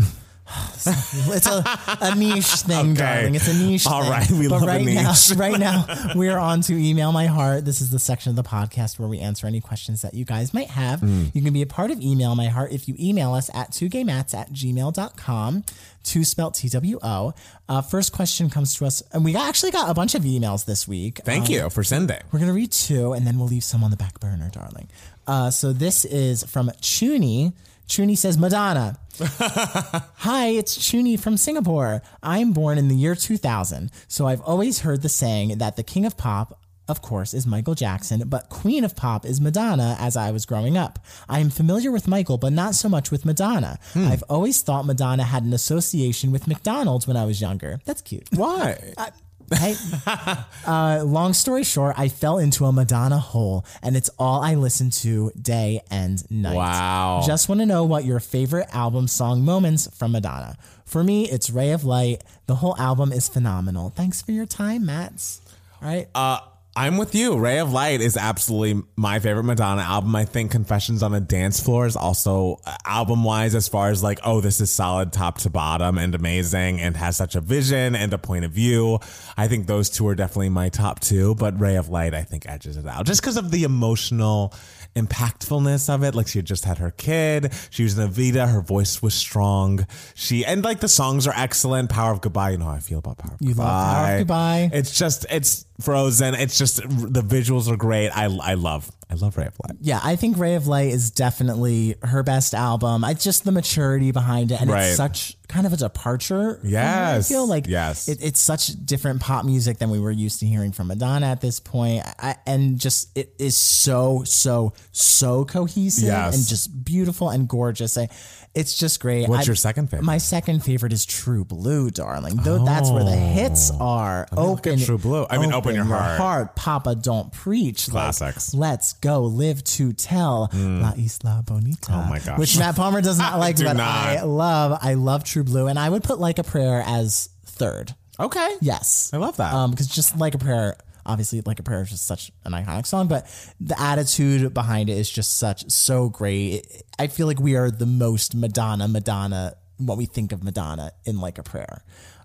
It's a, a *laughs* niche thing, Okay. darling. It's a niche All thing. right, we but love a right niche. Now, *laughs* *laughs* right now, we are on to Email My Heart. This is the section of the podcast where we answer any questions that you guys might have. Hmm. You can be a part of Email My Heart if you email us at 2gaymats at gmail.com, two spelt T-W-O. Uh, first question comes to us, and we actually got a bunch of emails this week. Thank you for sending. We're going to read two and then we'll leave some on the back burner, darling. Uh, so this is from Chuni. Chuni says, Madonna. Hi, it's Chuni from Singapore. I'm born in the year 2000, so I've always heard the saying that the king of pop, of course, is Michael Jackson, but queen of pop is Madonna as I was growing up. I am familiar with Michael, but not so much with Madonna. I've always thought Madonna had an association with McDonald's when I was younger. That's cute. Why? Hey, uh, long story short, I fell into a Madonna hole, and it's all I listen to day and night. Wow. Just want to know what your favorite album song moments from Madonna. For me, it's Ray of Light. The whole album is phenomenal. Thanks for your time, Matts. All right. Uh, I'm with you. Ray of Light is absolutely my favorite Madonna album. I think Confessions on a Dance Floor is also album wise, as far as like, oh, this is solid top to bottom and amazing and has such a vision and a point of view. I think those two are definitely my top two, but Ray of Light, I think, edges it out just because of the emotional impactfulness of it. Like, she had just had her kid, she was an Evita, her voice was strong. She, and like the songs are excellent. Power of Goodbye, you know how I feel about Power of You Goodbye. love Power of Goodbye. It's just it's frozen. It's just the visuals are great. I I love I love Ray of Light. yeah, I think Ray of Light is definitely her best album. It's just the maturity behind it, and Right. it's such kind of a departure. from her, I Yes. feel like Yes. it, it's such different pop music than we were used to hearing from Madonna at this point, I, and just it is so so so cohesive Yes. and just beautiful and gorgeous. I, it's just great. What's I- your second favorite? My second favorite is True Blue, darling. Though that's where the hits are. look at Oh. True Blue. I mean, Open Your Heart. Papa, don't preach. Like, Classics. Let's go live to tell La Isla Bonita. Hmm. Oh my gosh. Which Matt Palmer *laughs* does not like, Do but not. I love. I love True Blue, and I would put Like a Prayer as third. Okay. Yes, I love that. Um, because just Like a Prayer, obviously, Like a Prayer is just such an iconic song, but the attitude behind it is just such so great. I feel like we are the most Madonna Madonna what we think of Madonna in like a prayer.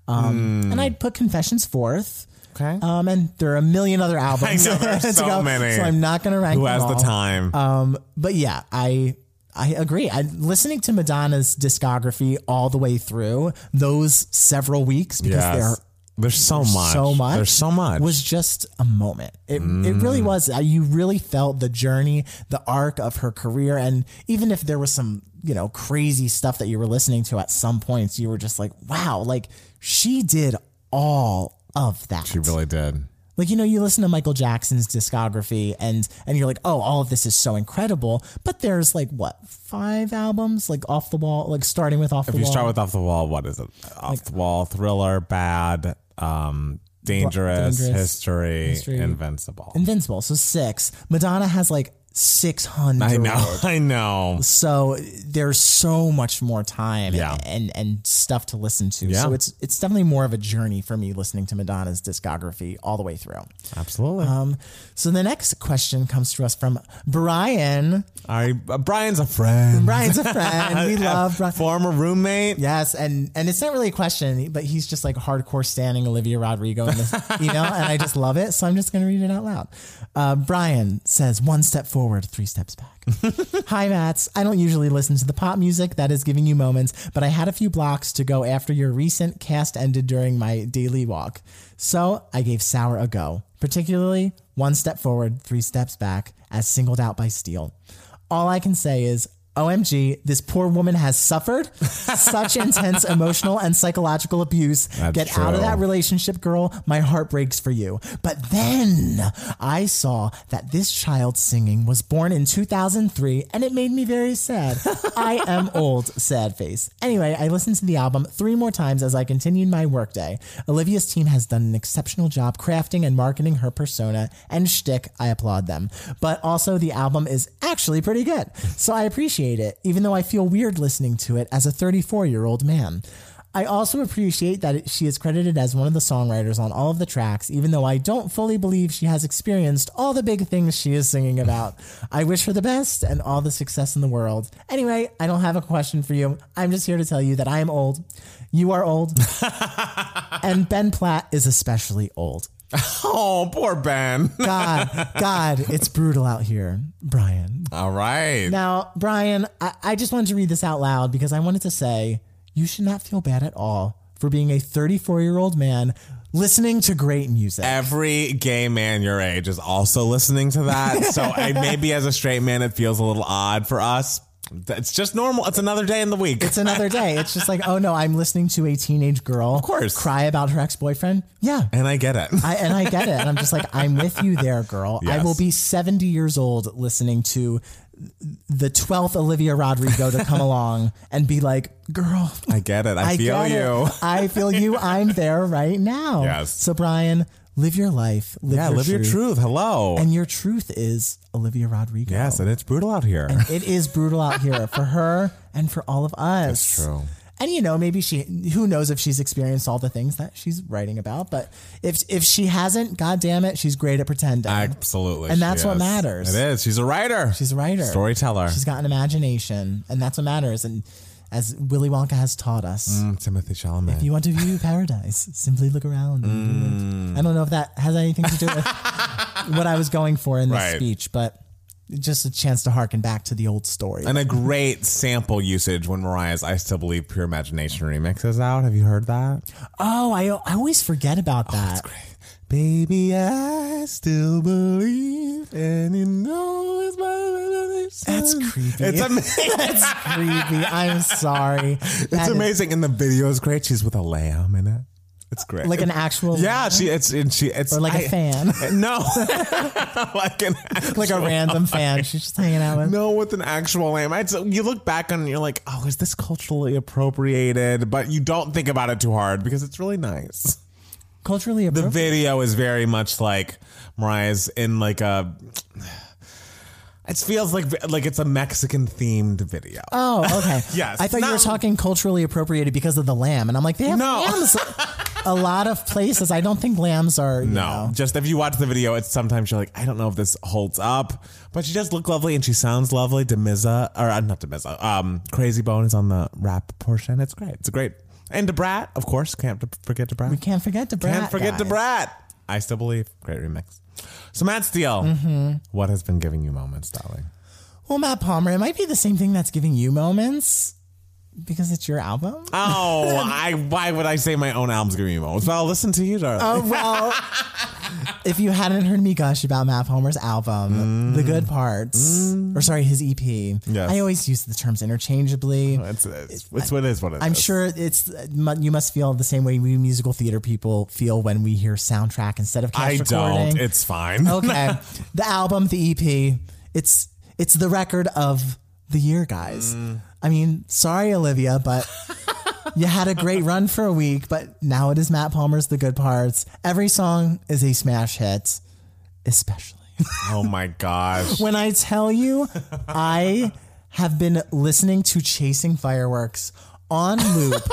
Um, And I'd put Confessions fourth. Hmm. Okay. Um, and there are a *laughs* million other albums know, there's to so go, many. *laughs* So I'm not going to rank Who them has the all. time? Um, but yeah, I I agree. I listening to Madonna's discography all the way through those several weeks because Yes. they're There's so much. so much. There's so much. Mm. Was just a moment. It it really was. Uh, You really felt the journey, the arc of her career, and even if there was some you know crazy stuff that you were listening to at some points, you were just like, wow, like she did all of that. she really did. Like you know, you listen to Michael Jackson's discography, and and you're like, oh, all of this is so incredible. But there's like what five albums, like off the wall, like starting with off the If you wall. start with off the wall, what is it? Off the wall, thriller, bad, um, dangerous, Dangerous, history, invincible. Invincible, so six. Madonna has like six hundred. I know. *laughs* I know. So there's so much more time Yeah. and, and stuff to listen to. Yeah. So it's it's definitely more of a journey for me listening to Madonna's discography all the way through. Absolutely. Um, so the next question comes to us from Brian. All right. uh, Brian's a friend. Brian's a *laughs* friend. We love Brian. Former roommate. *laughs* Yes, and and it's not really a question, but he's just like hardcore standing Olivia Rodrigo in this, you know, and I just love it. So I'm just gonna read it out loud. Uh, Brian says, "One step forward, three steps back." Hi, Mats. I don't usually listen to the pop music that is giving you moments, but I had a few blocks to go after your recent cast ended during my daily walk, so I gave Sour a go. Particularly, one step forward, three steps back, as singled out by Steel. All I can say is, OMG, this poor woman has suffered such intense emotional and psychological abuse. Get out of true. that relationship, girl. My heart breaks for you. But then I saw that this child singing was born in 2003 and it made me very sad. I am old, sad face. Anyway, I listened to the album three more times as I continued my workday. Olivia's team has done an exceptional job crafting and marketing her persona and shtick. I applaud them. But also, the album is actually pretty good. So I appreciate it, even though I feel weird listening to it as a 34 year old man. I also appreciate that it- she is credited as one of the songwriters on all of the tracks, even though I don't fully believe she has experienced all the big things she is singing about. I wish her the best and all the success in the world. Anyway, I don't have a question for you. I'm just here to tell you that I am old. You are old. and Ben Platt is especially old. Oh, poor Ben. *laughs* God, God, it's brutal out here, Brian. All right. Now, Brian, I, I just wanted to read this out loud because I wanted to say you should not feel bad at all for being a 34 year old man listening to great music. Every gay man your age is also listening to that. *laughs* So I, maybe as a straight man, it feels a little odd for us. It's just normal. It's another day in the week. It's another day. It's just like, oh no, I'm listening to a teenage girl of course. cry about her ex boyfriend. Yeah. and I get it. I, and I get it. And I'm just like, I'm with you there, girl. I Yes. will be 70 years old listening to the 12th Olivia Rodrigo to *laughs* come along and be like, girl, *laughs* I get it. I, feel get it. you. *laughs* I feel you. I'm there right now. Yes. So Brian, live your life. Live Yeah, your live truth. your truth. Hello. And your truth is Olivia Rodrigo. yes, and it's brutal out here. It is brutal out here for her and for all of us. That's true. And you know, maybe she who knows if she's experienced all the things that she's writing about, but if if she hasn't, god damn it, she's great at pretending. Absolutely. And she that's what is. matters. It is. She's a writer. She's a writer. Storyteller. She's got an imagination, and that's what matters. And as Willy Wonka has taught us, Mm, Timothy Chalamet. If you want to view *laughs* paradise, simply look around. Mm. And do it. I don't know if that has anything to *laughs* do with what I was going for in this Right. speech, but just a chance to harken back to the old story. and a great sample usage when Mariah's I Still Believe Pure Imagination remix is out. Have you heard that? oh, I, I always forget Oh, about that. Baby, I still believe, and you know it's my That's creepy. It's amazing. That's creepy. I'm sorry. *laughs* That it's is amazing, and the video is great. She's with a lamb in it. It's great. Like an actual, yeah, she it's and she it's or like a *laughs* a fan, *laughs* No, like an like a *laughs* random fan. She's just hanging out with. no with an actual lamb. It's, you look back on it and you're like, oh, is this culturally appropriated? But you don't think about it too hard because it's really nice. Culturally The appropriate. video is very much like Mariah's in like a. It feels like like it's a Mexican themed video. *laughs* Oh, okay. Yes. I thought you No. were talking culturally appropriated because of the lamb, and I'm like, they have No. *laughs* lambs a lot of places. I don't think lambs are. You no, know. just if you watch the video, it's sometimes you're like, I don't know if this holds up, but she does look lovely and she sounds lovely. Demiza or uh, not Demiza, um, Crazy Bone is on the rap portion. It's great. It's great. And Debrat, of course, can't d- forget Debrat. We can't forget to brat. Can't forget guys. Debrat. I still believe. Great remix. So Matt Steele, Mm-hmm. what has been giving you moments, darling? Well, Matt Palmer, it might be the same thing that's giving you moments because it's your album. Oh, I why would I say my own album's giving you moments? Well, I'll listen to you, darling. Oh, well, *laughs* if you hadn't heard me gush about Matt Palmer's Mm. album, The Good Parts, or sorry, his EP, I always use the terms interchangeably. It's, it's, it's what it is. What it is. I'm sure it's you must feel the same way we musical theater people feel when we hear soundtrack instead of I cast recording. don't. It's fine. okay, *laughs* the album, the EP, it's it's the record of the year, guys. I mean, sorry, Olivia, but you had a great run for a week, but now it is Matt Palmer's The Good Parts. Every song is a smash hit, especially. *laughs* Oh my gosh. When I tell you, I have been listening to Chasing Fireworks on loop.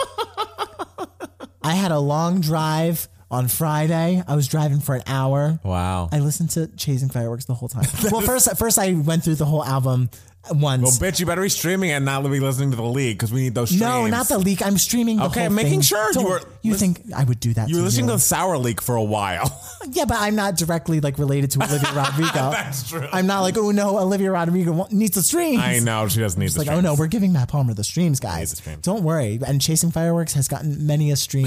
I had a long drive on Friday. I was driving for an hour. Wow. I listened to Chasing Fireworks the whole time. *laughs* well, first, first I went through the whole album once. Bitch, you better be streaming and not be listening to the league because we need those streams. no, not the leak. I'm streaming. The Okay, whole I'm making thing. sure you Don't- were- You think I would do that? You were listening you. to the Sour Leak for a while. *laughs* Yeah, but I'm not directly like related to Olivia Rodrigo. That's true. I'm not like, oh no, Olivia Rodrigo wa- needs the streams. I know she doesn't need It's the like, oh no, we're giving Matt Palmer the streams, guys. the streams. Don't worry. And Chasing Fireworks has gotten many a stream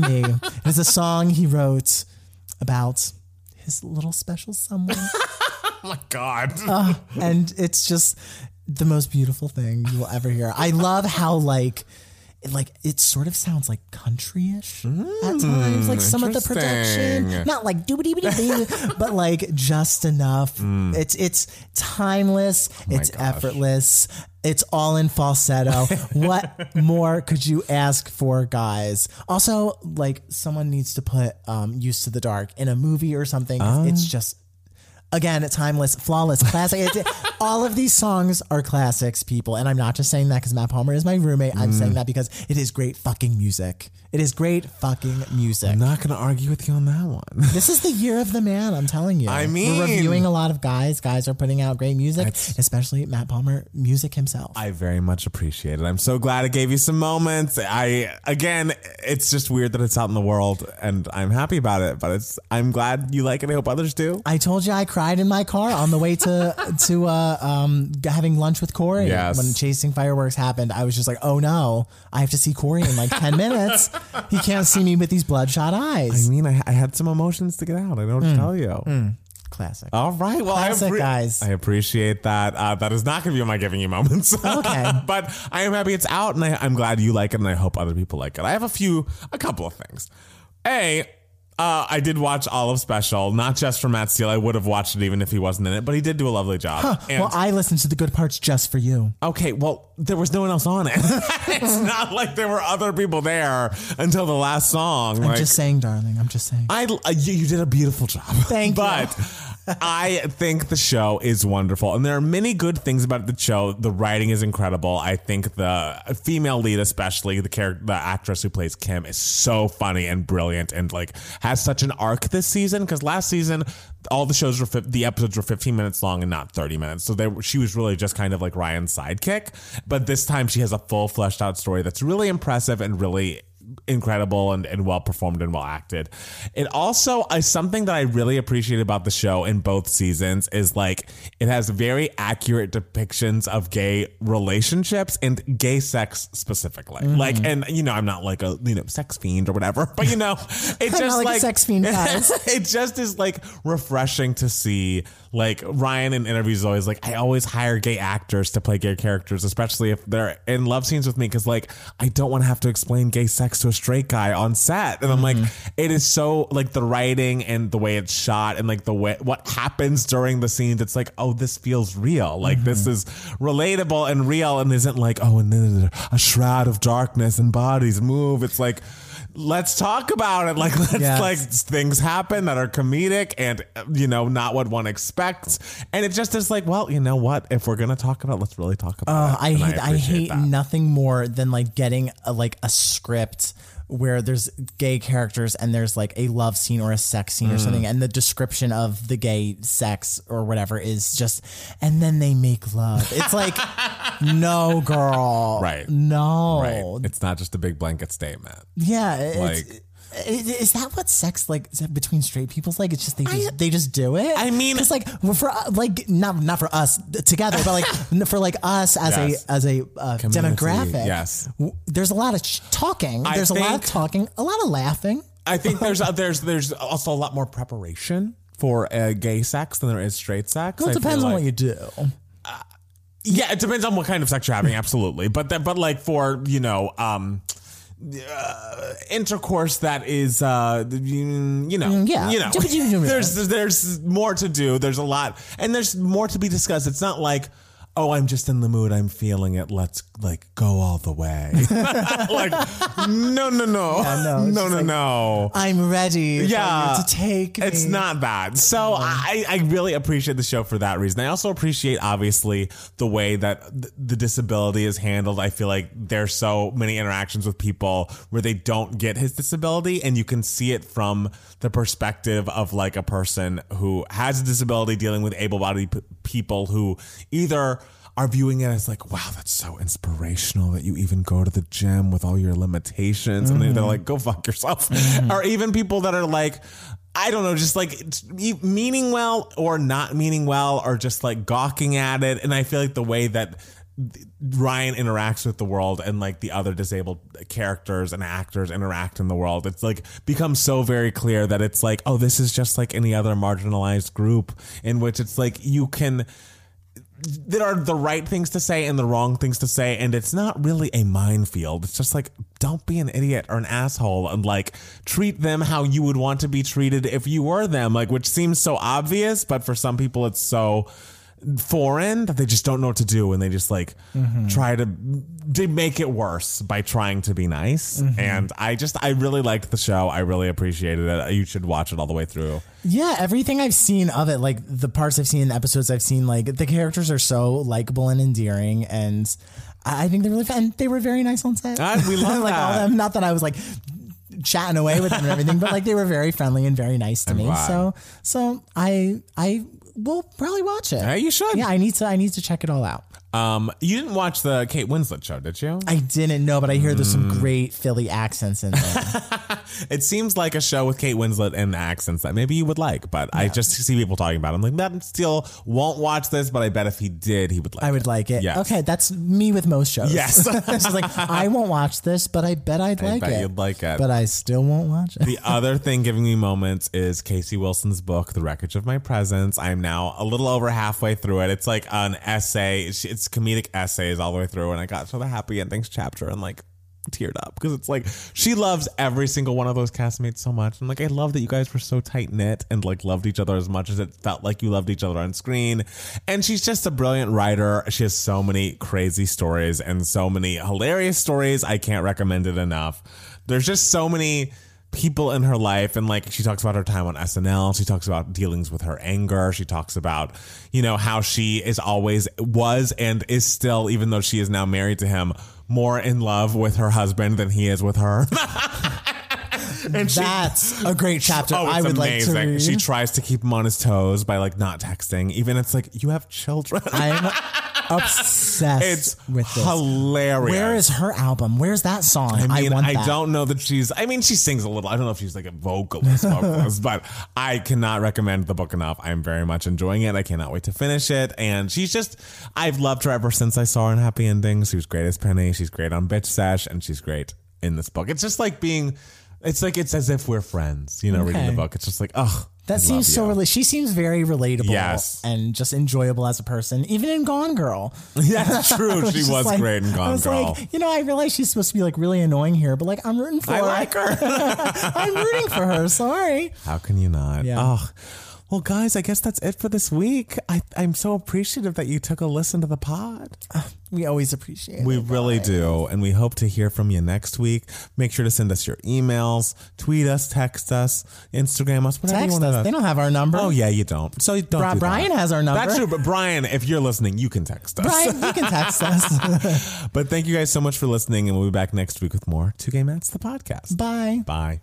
*laughs* me. It's a song he wrote about his little special someone. Oh my god. Uh. and it's just the most beautiful thing you will ever hear. I love how like it- like it sort of sounds like countryish at times, like some of the production, Mm, interesting. not like doobity *laughs* boo, but like just enough. It's it's timeless, it's Mm. Oh gosh. effortless, it's all in falsetto. what more could you ask for, guys? Also, like someone needs to put um, "Used to the Dark" in a movie or something. It's Ah. just again timeless flawless classic It's- *laughs* all of these songs are classics people and i'm not just saying that because matt palmer is my roommate i'm saying Mm. that because it is great fucking music it is great fucking music I'm not gonna argue with you on that one. *laughs* this is the year of the man i'm telling you I we're mean- reviewing a lot of guys guys are putting out great music especially matt palmer music himself I very much appreciate it. I'm so glad it gave you some moments. I again, it's just weird that it's out in the world, and I'm happy about it. But it's I'm glad you like it. I hope others do. I told you I cried in my car on the *laughs* way to to uh, um, g- having lunch with Corey Yes. when chasing fireworks happened. I was just like, oh no, I have to see Corey in *laughs* like ten minutes. He can't see me with these bloodshot eyes. I mean, I, I had some emotions to get out. I don't know what to tell you. Classic. All right. Well, I Hmm. Classic, guys. I appreciate that. Uh, that is not going to be my giving you moments. *laughs* Okay. *laughs* but I am happy it's out and I, I'm glad you like it and I hope other people like it. I have a few, a couple of things. A, uh, I did watch Olive Special, not just for Matt Steele. I would have watched it even if he wasn't in it, but he did do a lovely job. And- well, I listened to the good parts just for you. Okay, well, there was no one else on it. *laughs* it's not like there were other people there until the last song. I'm just saying, darling. I'm just saying. I uh, you, you did a beautiful job. Thank you. but I think the show is wonderful, and there are many good things about the show. The writing is incredible. I think the female lead, especially the character, the actress who plays Kim, is so funny and brilliant, and like has such an arc this season. Because last season, all the shows were fif- the episodes were 15 minutes long and not 30 minutes, so they, were- she was really just kind of like Ryan's sidekick. But this time, she has a full fleshed out story that's really impressive and really incredible and, and well performed and well acted. It also is something that I really appreciate about the show in both seasons is like it has very accurate depictions of gay relationships and gay sex specifically. Mm-hmm. Like and you know I'm not like a you know sex fiend or whatever, *laughs* but you know it *laughs* I'm just not like a sex fiend, guys. *laughs* it just is like refreshing to see like Ryan in interviews is always like I always hire gay actors to play gay characters especially if they're in love scenes with me cuz like I don't want to have to explain gay sex to a straight guy on set and I'm like it is so like the writing and the way it's shot and like the way what happens during the scenes it's like oh this feels real like this is relatable and real and isn't like oh and then a shroud of darkness and bodies move it's like let's talk about it. Like, let's Yes. like things happen that are comedic and uh, you know not what one expects. And it just is like, well, you know what? If we're gonna talk about, it, let's really talk about. Oh, it. I And hate I, appreciate hate that. nothing more than like getting a, like a script where there's gay characters and there's like a love scene or a sex scene or Mm. something and the description of the gay sex or whatever is just and then they make love. *laughs* It's like no girl. Right. No. Right. It's not just a big blanket statement. Yeah, it's, Like- i- is that what sex like is that between straight people's like? It's just they just, they just do it. I mean- it's like well, for uh, like not not for us t- together, but like *laughs* n- for like us as Yes. a as a uh, Community, demographic. yes. w- there's a lot of ch- talking. I there's a lot of think- talking, a lot of laughing. I think there's uh, there's there's also a lot more preparation for uh, gay sex than there is straight sex. Well, I it feel depends on like. what you do. Yeah, it depends on what kind of sex you're having, absolutely. But that, but like for you know, um, uh, intercourse that is, uh, you you know, Mm, yeah. you know, *laughs* there's there's more to do. There's a lot, and there's more to be discussed. It's not like. Oh, I'm just in the mood. I'm feeling it. Let's like go all the *laughs* way. like, no, no, no, no, no, it's no, just like- no. I'm ready. for Yeah. you to take. It's me. not that. So I, I really appreciate the show for that reason. I also appreciate, obviously, the way that th- the disability is handled. I feel like there's so many interactions with people where they don't get his disability, and you can see it from the perspective of like a person who has a disability dealing with able bodied p- people who either are viewing it as like, wow, that's so inspirational that you even go to the gym with all your limitations. And they're like, go fuck yourself. Or even people that are like, I don't know, just like it's e- meaning well or not meaning well or just like gawking at it. And I feel like the way that Ryan interacts with the world and like the other disabled characters and actors interact in the world. It's like becomes so very clear that it's like, oh, this is just like any other marginalized group in which it's like you can there are the right things to say and the wrong things to say and it's not really a minefield it's just like don't be an idiot or an asshole and like treat them how you would want to be treated if you were them like which seems so obvious but for some people it's so foreign that they just don't know what to do and they just like Mm-hmm. try to they make it worse by trying to be nice Mm-hmm. and i just i really liked the show i really appreciated it you should watch it all the way through Yeah, everything I've seen of it, like the parts I've seen, the episodes I've seen, like the characters are so likable and endearing, and I I think they're really fun. And they were very nice on set. Ah, *laughs* we love like all that. them. Not that I was like chatting away with them and everything, but like they were very friendly and very nice to me. glad. So, so I I will probably watch it. Hey, you should. Yeah, I need to. I need to check it all out. um you didn't watch the kate winslet show did you I didn't know, but I hear there's Mm. some great Philly accents in there. It seems like a show with Kate Winslet and accents that maybe you would like, but I just see people talking about. It. I'm like, that still won't watch this, but I bet if he did, he would like. I would like it. *laughs* Yes. Okay, that's me with most shows. Yes. *laughs* it's just like I won't watch this, but I bet I'd like bet it. you'd like it. but I still won't watch it. The other thing giving me moments is Casey Wilson's book, The Wreckage of My Presence. I'm now a little over halfway through it. It's like an essay. It's, it's comedic essays all the way through, and I got to the happy endings chapter and like teared up because it's like she loves every single one of those castmates so much. And like, I love that you guys were so tight knit and like loved each other as much as it felt like you loved each other on screen. And she's just a brilliant writer. She has so many crazy stories and so many hilarious stories. I can't recommend it enough. There's just so many people in her life and like she talks about her time on SNL she talks about dealings with her anger she talks about you know how she is always was and is still even though she is now married to him more in love with her husband than he is with her *laughs* That's a great chapter. Oh, it's I would amazing. like to read. She tries to keep him on his toes by like not texting. Even it's like you have children. *laughs* I'm obsessed It's with this. hilarious. Where is her album? Where's that song? I mean, I, want that. don't know that she's. I mean, she sings a little. I don't know if she's like a *laughs* vocalist, vocalist, but I cannot recommend the book enough. I'm very much enjoying it. I cannot wait to finish it. And she's just. I've loved her ever since I saw her in Happy Endings. She was great as Penny. She's great on Bitch Sash, and she's great in this book. It's just like being. It's like it's as if we're friends, you know, reading the Okay. book. It's just like, oh, That seems so. Rela- she seems very relatable. Yes. and just enjoyable as a person. Even in Gone Girl, *laughs* *laughs* Yeah, that's true. I she was just like- great in I Gone was Girl. like, you know, I realize she's supposed to be like really annoying here, but like I'm rooting for I her. like her. *laughs* I'm rooting for her. Sorry. How can you not? Yeah. Oh. Well, guys, I guess that's it for this week. I, I'm so appreciative that you took a listen to the pod. We always appreciate We it. really do. And we hope to hear from you next week. Make sure to send us your emails, tweet us, text us, Instagram us, whatever you Text want us. They to don't have our number. Oh, yeah, you don't. So don't. do Bri- that. Brian has our number. That's true. But Brian, if you're listening, you can text us. Brian, you *laughs* can text us. But thank you guys so much for listening. And we'll be back next week with more Two Gay Mats, the podcast. Bye. Bye.